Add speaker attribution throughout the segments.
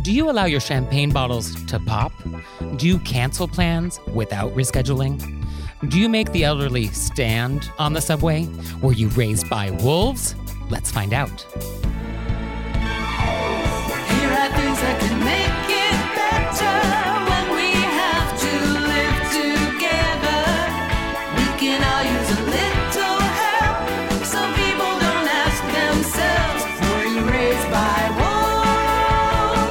Speaker 1: Do you allow your champagne bottles to pop? Do you cancel plans without rescheduling? Do you make the elderly stand on the subway? Were you raised by wolves? Let's find out.
Speaker 2: Here are things that can make it better when we have to live together. We can all use a little help. Some people don't ask themselves, were you raised by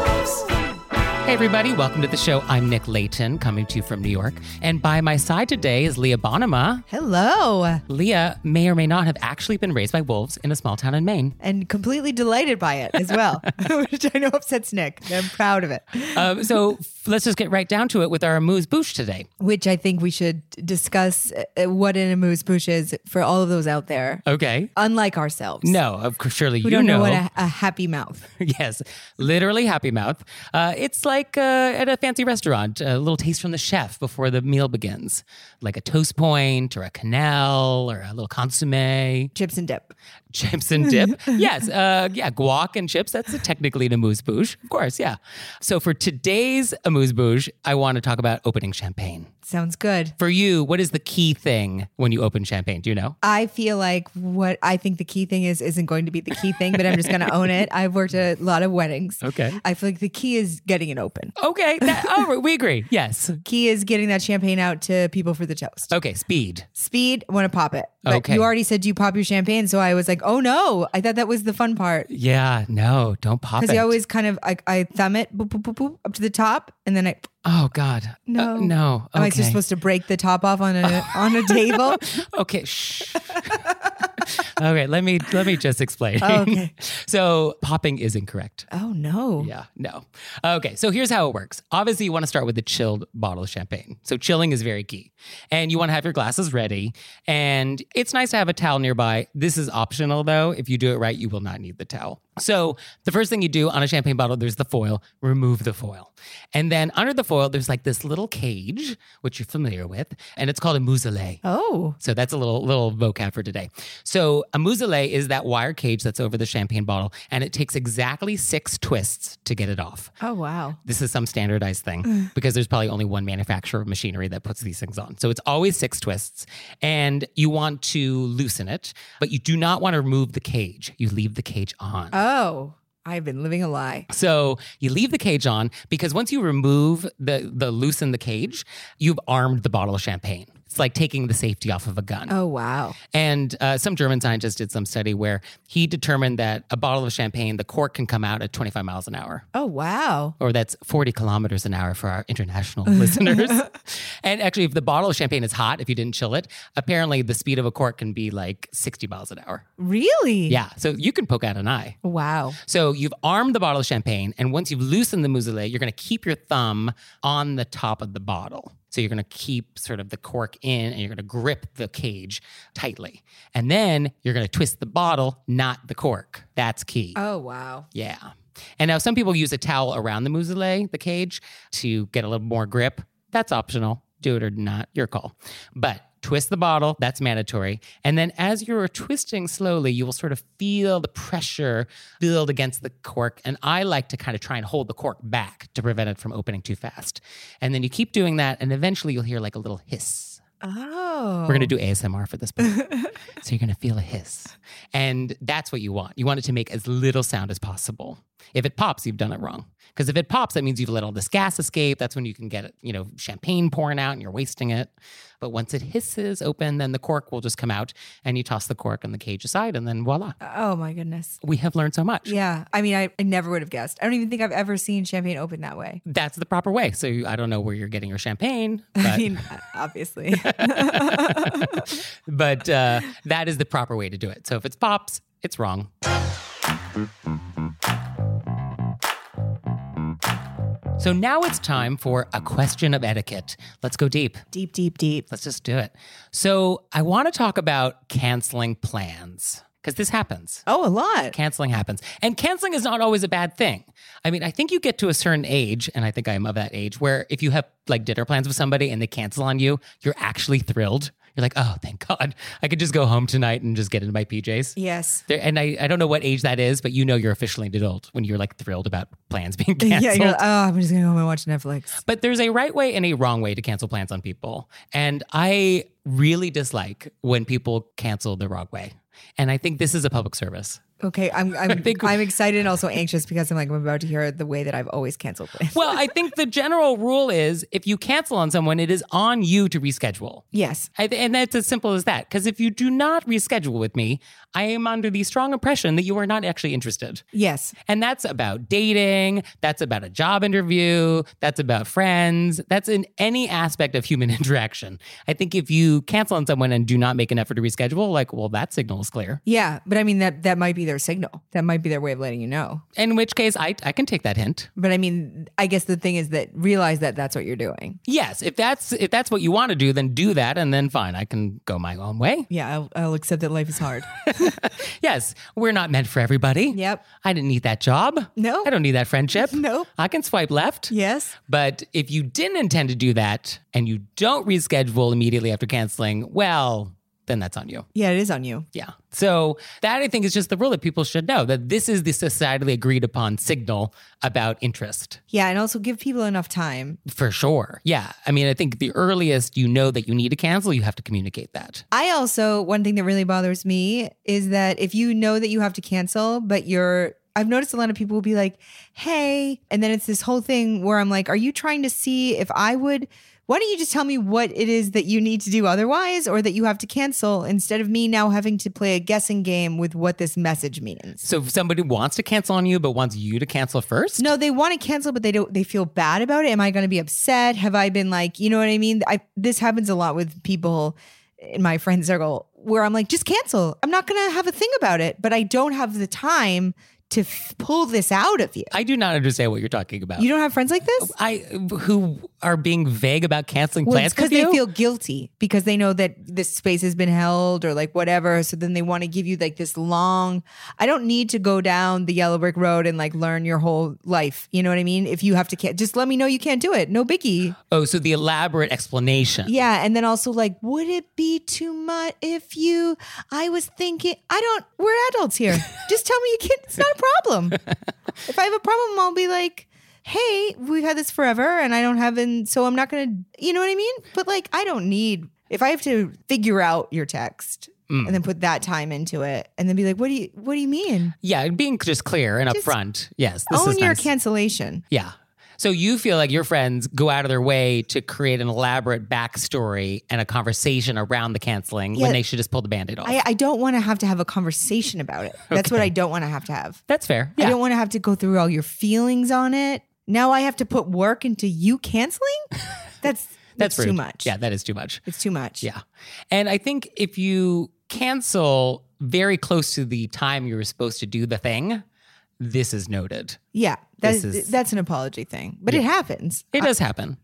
Speaker 2: wolves?
Speaker 1: Hey, everybody, welcome to the show. I'm Nick Layton, coming to you from New York. And by my side today is Leah Bonema.
Speaker 3: Hello.
Speaker 1: Leah may or may not have actually been raised by wolves in a small town in Maine.
Speaker 3: And completely delighted by it as well, which I know upsets Nick. I'm proud of it.
Speaker 1: Um, so f- let's just get right down to it with our amuse bouche today.
Speaker 3: Which I think we should discuss uh, what an amuse bouche is for all of those out there,
Speaker 1: Okay.
Speaker 3: unlike ourselves.
Speaker 1: Uh, No, of course, surely
Speaker 3: We
Speaker 1: you
Speaker 3: don't know, what a, a happy mouth.
Speaker 1: yes, literally happy mouth. Uh, it's like uh, at a fancy restaurant, a little taste from the chef before the meal begins, like a toast point or a canal or a little consommé,
Speaker 3: Chips and dip.
Speaker 1: chips and dip. yes, uh, yeah, guac and chips. That's technically an amuse bouche, of course. Yeah. So for today's amuse bouche, I want to talk about opening champagne.
Speaker 3: Sounds good.
Speaker 1: For you, what is the key thing when you open champagne? Do you know?
Speaker 3: I feel like what I think the key thing is isn't going to be the key thing, but I'm just going to own it. I've worked a lot of weddings.
Speaker 1: Okay.
Speaker 3: I feel like the key is getting it open.
Speaker 1: Okay. That, oh, we agree. Yes.
Speaker 3: Key is getting that champagne out to people for the toast.
Speaker 1: Okay. Speed.
Speaker 3: Speed, want to pop it. But
Speaker 1: Okay.
Speaker 3: you already said you pop your champagne, so I was like, oh no, I thought that was the fun part
Speaker 1: Yeah. No. Don't pop it.
Speaker 3: because you always kind of I, I thumb it boop, boop, boop, boop, up to the top, and then I
Speaker 1: Oh God.
Speaker 3: No.
Speaker 1: Uh, no.
Speaker 3: am I
Speaker 1: Okay.
Speaker 3: just supposed to break the top off on a on a table?
Speaker 1: okay. Shh. okay. Let me let me just explain.
Speaker 3: Oh, Okay.
Speaker 1: so popping is incorrect.
Speaker 3: Oh no,
Speaker 1: Yeah. No. Okay. So here's how it works. Obviously, you want to start with a chilled bottle of champagne. So chilling is very key, and you want to have your glasses ready. And it's nice to have a towel nearby. This is optional though. If you do it right, you will not need the towel. So the first thing you do on a champagne bottle, there's the foil. Remove the foil, and then under the foil, there's like this little cage, which you're familiar with, and it's called a mousselet.
Speaker 3: oh
Speaker 1: So that's a little little vocab for today. So a mousselet is that wire cage that's over the champagne bottle, and it takes exactly six twists to get it off.
Speaker 3: oh wow,
Speaker 1: This is some standardized thing because there's probably only one manufacturer of machinery that puts these things on. So it's always six twists, and you want to loosen it, but you do not want to remove the cage. You leave the cage on.
Speaker 3: oh I've been living a lie.
Speaker 1: So you leave the cage on because once you remove the the loosen the cage, you've armed the bottle of champagne. It's like taking the safety off of a gun.
Speaker 3: Oh wow,
Speaker 1: And uh, some German scientist did some study where he determined that a bottle of champagne, the cork can come out at 25 miles an hour.
Speaker 3: oh wow,
Speaker 1: Or that's 40 kilometers an hour for our international listeners. And actually, if the bottle of champagne is hot, if you didn't chill it, apparently the speed of a cork can be like 60 miles an hour.
Speaker 3: really?
Speaker 1: Yeah. So you can poke out an eye.
Speaker 3: Wow.
Speaker 1: So you've armed the bottle of champagne, and once you've loosened the mousselet, you're going to keep your thumb on the top of the bottle. So you're going to keep sort of the cork in, and you're going to grip the cage tightly, and then you're going to twist the bottle, not the cork. That's key.
Speaker 3: Oh wow.
Speaker 1: Yeah. And now some people use a towel around the mousselet, the cage, to get a little more grip. That's optional. do it or not, your call. But twist the bottle, that's mandatory. And then as you're twisting slowly, you will sort of feel the pressure build against the cork. And I like to kind of try and hold the cork back to prevent it from opening too fast. And then you keep doing that, and eventually you'll hear like a little hiss.
Speaker 3: Oh.
Speaker 1: We're going to do ASMR for this part. so you're going to feel a hiss. And that's what you want. You want it to make as little sound as possible. If it pops, you've done it wrong. Because if it pops, that means you've let all this gas escape. That's when you can get, you know, champagne pouring out and you're wasting it. But once it hisses open, then the cork will just come out and you toss the cork and the cage aside and then voila.
Speaker 3: Oh my goodness.
Speaker 1: We have learned so much.
Speaker 3: Yeah. I mean, I, I never would have guessed. I don't even think I've ever seen champagne open that way.
Speaker 1: That's the proper way. So you- I don't know where you're getting your champagne.
Speaker 3: I
Speaker 1: but-
Speaker 3: mean, obviously.
Speaker 1: but uh, that is the proper way to do it. So if it's pops, it's wrong. So now it's time for a question of etiquette. Let's go deep.
Speaker 3: deep, deep, deep.
Speaker 1: Let's just do it. So I want to talk about canceling plans because this happens.
Speaker 3: Oh, a lot.
Speaker 1: Canceling happens. And canceling is not always a bad thing. I mean, I think you get to a certain age, and I think I'm of that age, where if you have like dinner plans with somebody and they cancel on you, you're actually thrilled. You're like, oh, thank God. I could just go home tonight and just get into my PJs.
Speaker 3: Yes.
Speaker 1: There, and I, I don't know what age that is, but you know you're officially an adult when you're like thrilled about plans being canceled.
Speaker 3: Yeah. You're like, oh, I'm just going to go home and watch Netflix.
Speaker 1: But there's a right way and a wrong way to cancel plans on people. And I really dislike when people cancel the wrong way. And I think this is a public service.
Speaker 3: Okay. I'm, I'm,
Speaker 1: think-
Speaker 3: I'm excited and also anxious because I'm like, I'm about to hear the way that I've always canceled plans.
Speaker 1: Well, I think the general rule is if you cancel on someone, it is on you to reschedule.
Speaker 3: Yes.
Speaker 1: I th- and that's as simple as that. Because if you do not reschedule with me, I am under the strong impression that you are not actually interested.
Speaker 3: Yes.
Speaker 1: And that's about dating, that's about a job interview, that's about friends, that's in any aspect of human interaction. I think if you cancel on someone and do not make an effort to reschedule, like, well, that signal is clear.
Speaker 3: Yeah. But I mean, that, that might be their signal. That might be their way of letting you know.
Speaker 1: In which case, I, I can take that hint.
Speaker 3: But I mean, I guess the thing is that realize that that's what you're doing.
Speaker 1: Yes, if that's if that's what you want to do, then do that, and then fine, I can go my own way.
Speaker 3: Yeah. I'll, I'll accept that life is hard.
Speaker 1: Yes, we're not meant for everybody.
Speaker 3: Yep.
Speaker 1: I didn't need that job.
Speaker 3: No.
Speaker 1: I don't need that friendship.
Speaker 3: Nope.
Speaker 1: I can swipe left.
Speaker 3: yes.
Speaker 1: But if you didn't intend to do that and you don't reschedule immediately after canceling, well, then that's on you.
Speaker 3: Yeah. It is on you.
Speaker 1: Yeah. So that I think is just the rule that people should know that this is the societally agreed upon signal about interest.
Speaker 3: Yeah. And also give people enough time.
Speaker 1: For sure. Yeah. I mean, I think the earliest you know that you need to cancel, you have to communicate that.
Speaker 3: I also, one thing that really bothers me is that if you know that you have to cancel, but you're, I've noticed a lot of people will be like, hey. And then it's this whole thing where I'm like, are you trying to see if I would, why don't you just tell me what it is that you need to do otherwise or that you have to cancel instead of me now having to play a guessing game with what this message means?
Speaker 1: So if somebody wants to cancel on you, but wants you to cancel first.
Speaker 3: No, they want to cancel, but they don't. They feel bad about it. Am I going to be upset? Have I been like, you know what I mean? I this happens a lot with people in my friend circle where I'm like, just cancel. I'm not going to have a thing about it, but I don't have the time to f- pull this out of you.
Speaker 1: I uh, do not understand what you're talking about.
Speaker 3: You don't have friends like this.
Speaker 1: I who are being vague about canceling
Speaker 3: Well,
Speaker 1: plans
Speaker 3: it's because
Speaker 1: with
Speaker 3: they
Speaker 1: you?
Speaker 3: feel guilty because they know that this space has been held or like whatever. So then they want to give you like this long. I don't need to go down the yellow brick road and like learn your whole life. You know what I mean? If you have to, can- just let me know you can't do it. No biggie.
Speaker 1: oh, so the elaborate explanation.
Speaker 3: Yeah, and then also like, would it be too much if you? I was thinking, I don't. We're adults here. Just tell me you can't. It's not a problem. if I have a problem, I'll be like, hey, we've had this forever, and I don't have, and so I'm not gonna. You know what I mean? But like, I don't need. If I have to figure out your text and
Speaker 1: Mm.
Speaker 3: then put that time into it, and then be like, what do you? What do you mean?
Speaker 1: Yeah, being just clear and
Speaker 3: Just
Speaker 1: upfront. Yes, this
Speaker 3: Own
Speaker 1: is
Speaker 3: your
Speaker 1: nice.
Speaker 3: cancellation.
Speaker 1: yeah. So you feel like your friends go out of their way to create an elaborate backstory and a conversation around the canceling
Speaker 3: Yeah.
Speaker 1: when they should just pull the band-aid off.
Speaker 3: I, I don't want to have to have a conversation about it. That's what I don't want to have to have.
Speaker 1: That's fair.
Speaker 3: I
Speaker 1: Yeah.
Speaker 3: don't want to have to go through all your feelings on it. Now I have to put work into you canceling? That's
Speaker 1: That's
Speaker 3: that's, too
Speaker 1: rude.
Speaker 3: much.
Speaker 1: Yeah, that is too much.
Speaker 3: It's too much.
Speaker 1: Yeah. And I think if you cancel very close to the time you were supposed to do the thing, this is noted.
Speaker 3: Yeah. That
Speaker 1: This
Speaker 3: is,
Speaker 1: is-
Speaker 3: that's an apology thing. But it happens.
Speaker 1: It does happen.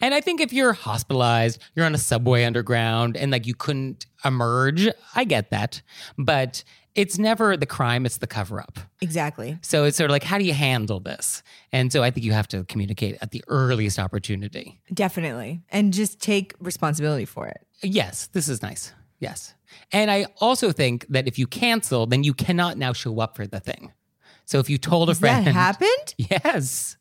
Speaker 1: And I think if you're hospitalized, you're on a subway underground, and like you couldn't emerge, I get that. But it's never the crime, it's the cover up.
Speaker 3: Exactly.
Speaker 1: So it's sort of like, how do you handle this? And so I think you have to communicate at the earliest opportunity.
Speaker 3: Definitely. And just take responsibility for it.
Speaker 1: Yes, this is nice. Yes. And I also think that if you cancel, then you cannot now show up for the thing. So if you told a
Speaker 3: That
Speaker 1: friend,
Speaker 3: happened?
Speaker 1: yes,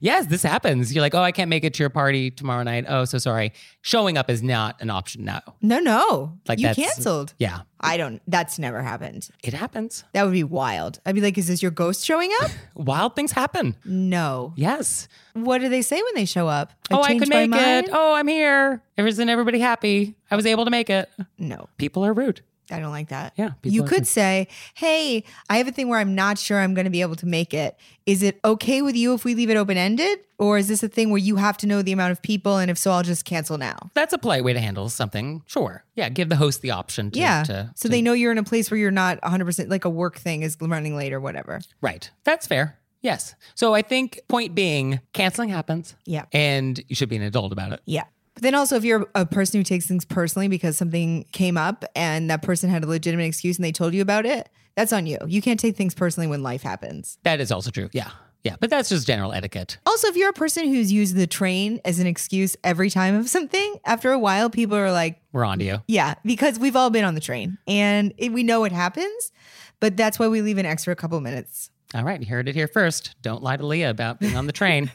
Speaker 1: yes, this happens. You're like, oh, I can't make it to your party tomorrow night. Oh, so sorry. Showing up is not an option now.
Speaker 3: No, no.
Speaker 1: Like
Speaker 3: you
Speaker 1: that's-
Speaker 3: canceled.
Speaker 1: Yeah,
Speaker 3: I don't that's never happened.
Speaker 1: it happens.
Speaker 3: That would be wild. I'd be like, is this your ghost showing up?
Speaker 1: Wild things happen.
Speaker 3: no.
Speaker 1: Yes.
Speaker 3: What do they say when they show up?
Speaker 1: oh, I
Speaker 3: changed
Speaker 1: could
Speaker 3: my
Speaker 1: make
Speaker 3: mind?
Speaker 1: it. Oh, I'm here. Isn't everybody happy? I was able to make it.
Speaker 3: No,
Speaker 1: People are rude.
Speaker 3: I don't like that.
Speaker 1: Yeah, people
Speaker 3: You
Speaker 1: are
Speaker 3: could
Speaker 1: good.
Speaker 3: say, hey, I have a thing where I'm not sure I'm going to be able to make it. Is it okay with you if we leave it open ended? Or is this a thing where you have to know the amount of people? And if so, I'll just cancel now.
Speaker 1: That's a polite way to handle something. Sure. Yeah. Give the host the option to.
Speaker 3: yeah.
Speaker 1: to-
Speaker 3: so
Speaker 1: to-
Speaker 3: they know you're in a place where you're not 100% like a work thing is running late or whatever.
Speaker 1: Right. That's fair. Yes. So I think, point being, canceling happens
Speaker 3: Yeah.
Speaker 1: and you should be an adult about it.
Speaker 3: Yeah. But then also, if you're a person who takes things personally because something came up and that person had a legitimate excuse and they told you about it, that's on you. You can't take things personally when life happens.
Speaker 1: That is also true. Yeah. Yeah. But that's just general etiquette.
Speaker 3: Also, if you're a person who's used the train as an excuse every time of something, after a while, people are like,
Speaker 1: We're on to you.
Speaker 3: yeah, because we've all been on the train and it, we know it happens, but that's why we leave an extra couple minutes.
Speaker 1: All right. You heard it here first. Don't lie to Leah about being on the train.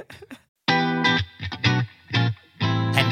Speaker 1: and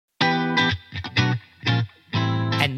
Speaker 1: And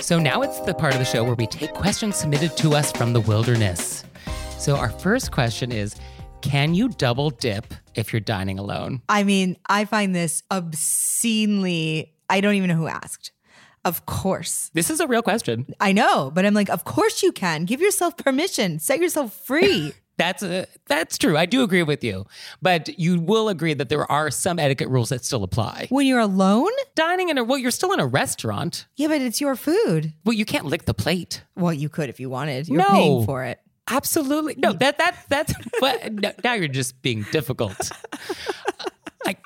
Speaker 1: So now it's the part of the show where we take questions submitted to us from the wilderness. So our first question is Can you double dip if you're dining alone?
Speaker 3: I mean, I find this obscenely, I don't even know who asked. Of course.
Speaker 1: This is a real question.
Speaker 3: I know, but I'm like, of course you can. Give yourself permission, set yourself free.
Speaker 1: That's uh that's true. I do agree with you. But you will agree that there are some etiquette rules that still apply.
Speaker 3: when you're alone,
Speaker 1: Dining in a well, you're still in a restaurant.
Speaker 3: yeah, but it's your food.
Speaker 1: Well, you can't lick the plate.
Speaker 3: Well, you could if you wanted. You're
Speaker 1: No.
Speaker 3: paying for it.
Speaker 1: Absolutely. No, that that that's but no, now you're just being difficult. I,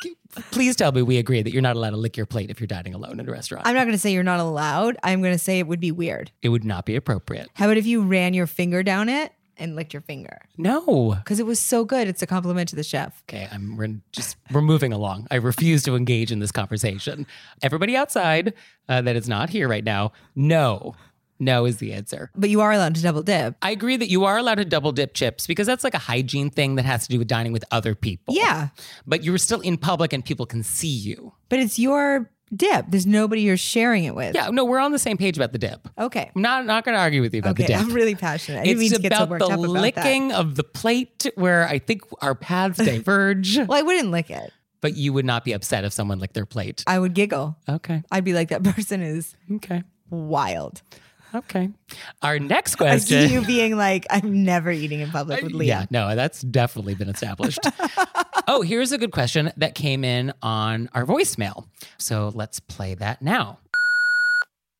Speaker 1: please tell me we agree that you're not allowed to lick your plate if you're dining alone in a restaurant.
Speaker 3: I'm not going to say you're not allowed. I'm going to say it would be weird.
Speaker 1: it would not be appropriate.
Speaker 3: How about if you ran your finger down it and licked your finger?
Speaker 1: No.
Speaker 3: because it was so good. It's a compliment to the chef.
Speaker 1: Okay, I'm we're just we're moving along. I refuse to engage in this conversation. Everybody outside uh, that is not here right now, no, no is the answer.
Speaker 3: But you are allowed to double dip.
Speaker 1: I agree that you are allowed to double dip chips because that's like a hygiene thing that has to do with dining with other people.
Speaker 3: Yeah,
Speaker 1: but you're still in public and people can see you.
Speaker 3: but it's your dip. There's nobody you're sharing it with.
Speaker 1: Yeah, no, we're on the same page about the dip.
Speaker 3: Okay.
Speaker 1: I'm not not going to argue with you about
Speaker 3: Okay.
Speaker 1: the dip.
Speaker 3: I'm really passionate. I didn't mean
Speaker 1: it's
Speaker 3: to get so
Speaker 1: about
Speaker 3: worked
Speaker 1: the
Speaker 3: up about
Speaker 1: licking of the plate where I think our paths diverge.
Speaker 3: that. Well, I wouldn't lick it.
Speaker 1: but you would not be upset if someone licked their plate.
Speaker 3: I would giggle.
Speaker 1: Okay.
Speaker 3: I'd be like, that person is
Speaker 1: Okay.
Speaker 3: wild.
Speaker 1: Okay. Our next
Speaker 3: I see you
Speaker 1: question.
Speaker 3: being like, I'm never eating in public with Leah.
Speaker 1: Yeah, no, that's definitely been established. oh, here's a good question that came in on our voicemail. So let's play that now.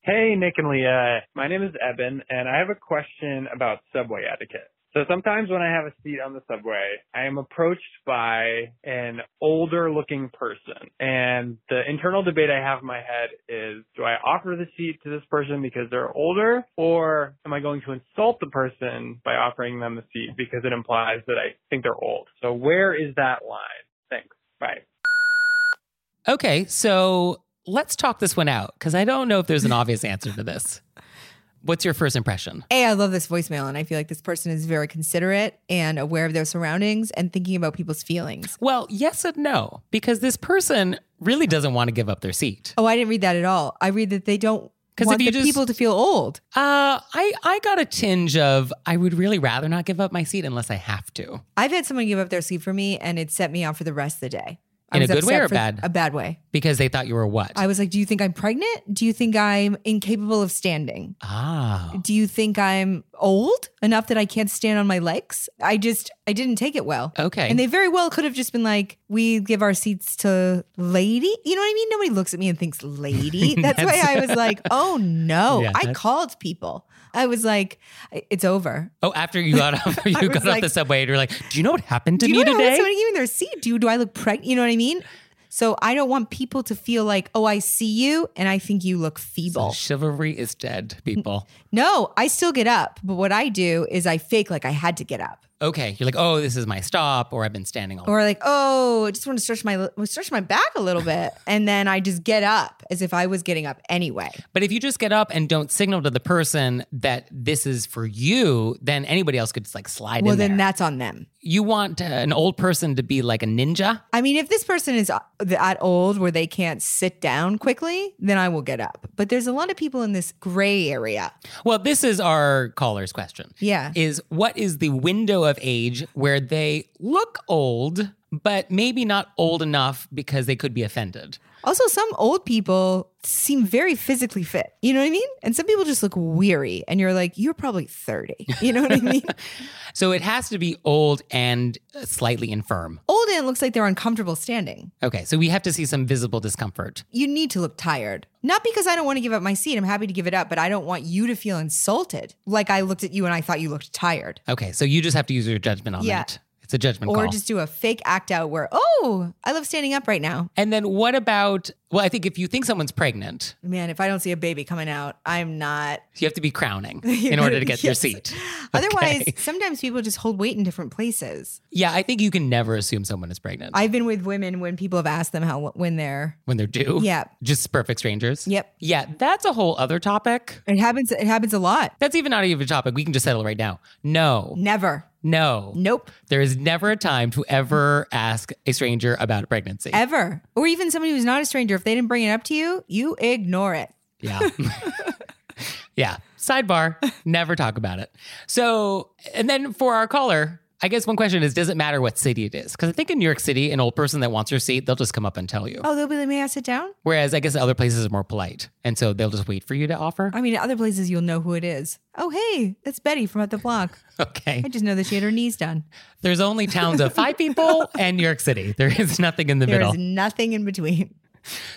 Speaker 4: Hey, Nick and Leah. My name is Eben, and I have a question about subway etiquette. So sometimes when I have a seat on the subway, I am approached by an older looking person. And the internal debate I have in my head is, do I offer the seat to this person because they're older? Or am I going to insult the person by offering them the seat because it implies that I think they're old? So where is that line? Thanks. Bye.
Speaker 1: Okay, so let's talk this one out because I don't know if there's an obvious answer to this. What's your first impression?
Speaker 3: A, I love this voicemail, and I feel like this person is very considerate and aware of their surroundings and thinking about people's feelings.
Speaker 1: Well, yes and no, because this person really doesn't want to give up their seat.
Speaker 3: Oh, I didn't read that at all. I read that they don't
Speaker 1: 'Cause if
Speaker 3: want
Speaker 1: you
Speaker 3: the
Speaker 1: just-
Speaker 3: people to feel old.
Speaker 1: Uh, I I got a tinge of I would really rather not give up my seat unless I have to.
Speaker 3: I've had someone give up their seat for me, and it set me off for the rest of the day. I
Speaker 1: In a
Speaker 3: was
Speaker 1: good way
Speaker 3: upset
Speaker 1: or a
Speaker 3: for-
Speaker 1: bad?
Speaker 3: A bad way.
Speaker 1: because they thought you were what?
Speaker 3: I was like, "Do you think I'm pregnant? Do you think I'm incapable of standing?
Speaker 1: ah,
Speaker 3: Do you think I'm old enough that I can't stand on my legs?" I just, I didn't take it well.
Speaker 1: okay.
Speaker 3: And they very well could have just been like, we give our seats to lady. You know what I mean? Nobody looks at me and thinks lady. That's,
Speaker 1: That's-
Speaker 3: why I was like, oh no.
Speaker 1: Yeah,
Speaker 3: I
Speaker 1: that's-
Speaker 3: called people. I was like, it's over.
Speaker 1: oh, after you got off, you
Speaker 3: was
Speaker 1: got off
Speaker 3: like-
Speaker 1: the subway, and you're like, "Do you know what happened to
Speaker 3: Do you
Speaker 1: me
Speaker 3: know
Speaker 1: today?"
Speaker 3: somebody giving their seat? Do, do I look pregnant? You know what I mean? So I don't want people to feel like, oh, I see you and I think you look feeble.
Speaker 1: Chivalry is dead, people.
Speaker 3: No, I still get up. But what I do is I fake like I had to get up.
Speaker 1: Okay, you're like, "Oh, this is my stop," or "I've been standing all."
Speaker 3: or like oh i just want to stretch my stretch my back a little bit and then i just get up as if i was getting up anyway
Speaker 1: but if you just get up and don't signal to the person that this is for you, then anybody else could just like slide
Speaker 3: well
Speaker 1: in
Speaker 3: then
Speaker 1: there.
Speaker 3: that's on them
Speaker 1: you want uh, an old person to be like a ninja.
Speaker 3: i mean if this person is uh, that old where they can't sit down quickly then i will get up but there's a lot of people in this gray area
Speaker 1: Well, this is our caller's question.
Speaker 3: yeah
Speaker 1: is what is the window of age where they look old, but maybe not old enough because they could be offended?
Speaker 3: also some old people seem very physically fit you know what i mean and some people just look weary and you're like you're probably 30 you know what i mean
Speaker 1: So it has to be old and slightly infirm.
Speaker 3: old and it looks like they're uncomfortable standing
Speaker 1: Okay, so we have to see some visible discomfort.
Speaker 3: you need to look tired. Not because I don't want to give up my seat. I'm happy to give it up, but I don't want you to feel insulted. Like I looked at you and I thought you looked tired.
Speaker 1: Okay, so you just have to use your judgment on
Speaker 3: Yeah.
Speaker 1: that. It's a judgment
Speaker 3: Or
Speaker 1: call.
Speaker 3: just do a fake act out where, oh, I love standing up right now.
Speaker 1: and then what about? Well, I think if you think someone's pregnant,
Speaker 3: Man, if I don't see a baby coming out, I'm not.
Speaker 1: you have to be crowning in order to get your
Speaker 3: Yes.
Speaker 1: seat.
Speaker 3: Otherwise,
Speaker 1: Okay.
Speaker 3: sometimes people just hold weight in different places.
Speaker 1: yeah, I think you can never assume someone is pregnant
Speaker 3: I've been with women when people have asked them how, when they're,
Speaker 1: when they're due.
Speaker 3: yeah,
Speaker 1: just perfect strangers.
Speaker 3: yep.
Speaker 1: Yeah, that's a whole other topic.
Speaker 3: It happens, it happens a lot.
Speaker 1: That's even not even a topic. We can just settle right now. No,
Speaker 3: Never.
Speaker 1: no.
Speaker 3: Nope.
Speaker 1: There is never a time to ever ask a stranger about a pregnancy.
Speaker 3: Ever. Or even somebody who's not a stranger, if they didn't bring it up to you, you ignore it.
Speaker 1: Yeah. yeah. Sidebar, never talk about it. So, and then for our caller, I guess one question is Does it matter what city it is? Because I think in New York City, an old person that wants your seat, they'll just come up and tell you.
Speaker 3: Oh, they'll be like, may I sit down?
Speaker 1: Whereas I guess other places are more polite. And so they'll just wait for you to offer.
Speaker 3: I mean, at other places you'll know who it is. Oh, hey, that's Betty from up the block.
Speaker 1: Okay.
Speaker 3: I just know that she had her knees done.
Speaker 1: There's only towns of five people and New York City. There is nothing in the
Speaker 3: There
Speaker 1: middle.
Speaker 3: is nothing in between.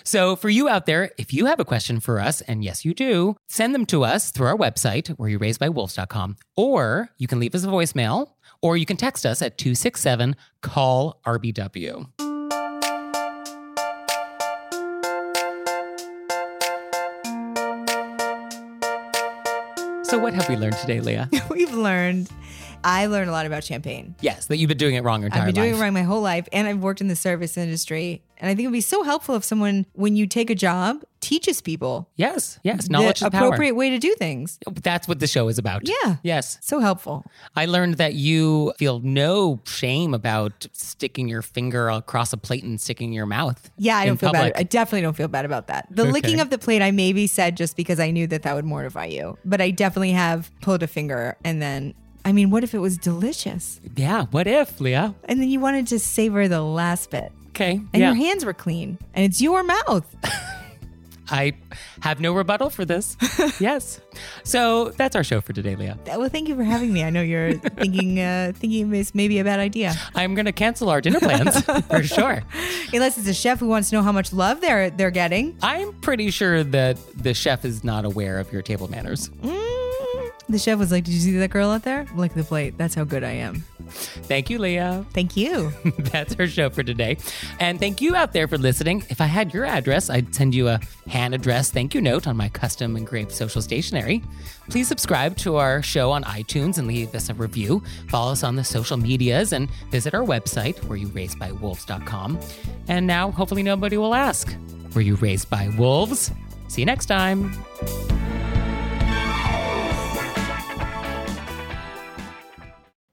Speaker 1: So, for you out there, if you have a question for us, and yes, you do, send them to us through our website, where you raised by wolves.com, or you can leave us a voicemail, or you can text us at 267 call RBW. So, what have we learned today, Leah?
Speaker 3: We've learned. I learned a lot about champagne.
Speaker 1: yes, that you've been doing it wrong your entire
Speaker 3: I've been doing
Speaker 1: life.
Speaker 3: it wrong my whole life, and I've worked in the service industry. And I think it would be so helpful if someone, when you take a job,
Speaker 5: teaches people
Speaker 1: Yes, yes. Knowledge
Speaker 5: the
Speaker 1: is power.
Speaker 5: appropriate way to do things.
Speaker 1: That's what the show is about.
Speaker 5: Yeah.
Speaker 1: Yes.
Speaker 5: So helpful.
Speaker 1: I learned that you feel no shame about sticking your finger across a plate and sticking your mouth.
Speaker 5: Yeah, I
Speaker 1: in
Speaker 5: don't feel
Speaker 1: public.
Speaker 5: bad. I definitely don't feel bad about that. The licking
Speaker 1: Okay.
Speaker 5: of the plate, I maybe said just because I knew that that would mortify you, but I definitely have pulled a finger and then, I mean, what if it was delicious?
Speaker 1: yeah. What if, Leah?
Speaker 5: And then you wanted to savor the last bit
Speaker 1: Okay.
Speaker 5: and
Speaker 1: yeah.
Speaker 5: your hands were clean and it's your mouth.
Speaker 1: I have no rebuttal for this. yes. So that's our show for today, Leah.
Speaker 5: well, thank you for having me. I know you're thinking, uh, thinking it's maybe a bad idea.
Speaker 1: I'm going to cancel our dinner plans for sure.
Speaker 5: Unless it's a chef who wants to know how much love they're, they're getting.
Speaker 1: I'm pretty sure that the chef is not aware of your table manners.
Speaker 5: Mm. The chef was like, Did you see that girl out there? Lick the plate. That's how good I am.
Speaker 1: Thank you, Leah.
Speaker 5: Thank you.
Speaker 1: That's our show for today. And thank you out there for listening. If I had your address, I'd send you a hand address thank you note on my custom engraved social stationery. Please subscribe to our show on iTunes and leave us a review. Follow us on the social medias and visit our website, were you raised by wolves.com. And now, hopefully, nobody will ask, were you raised by wolves? See you next time.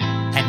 Speaker 1: And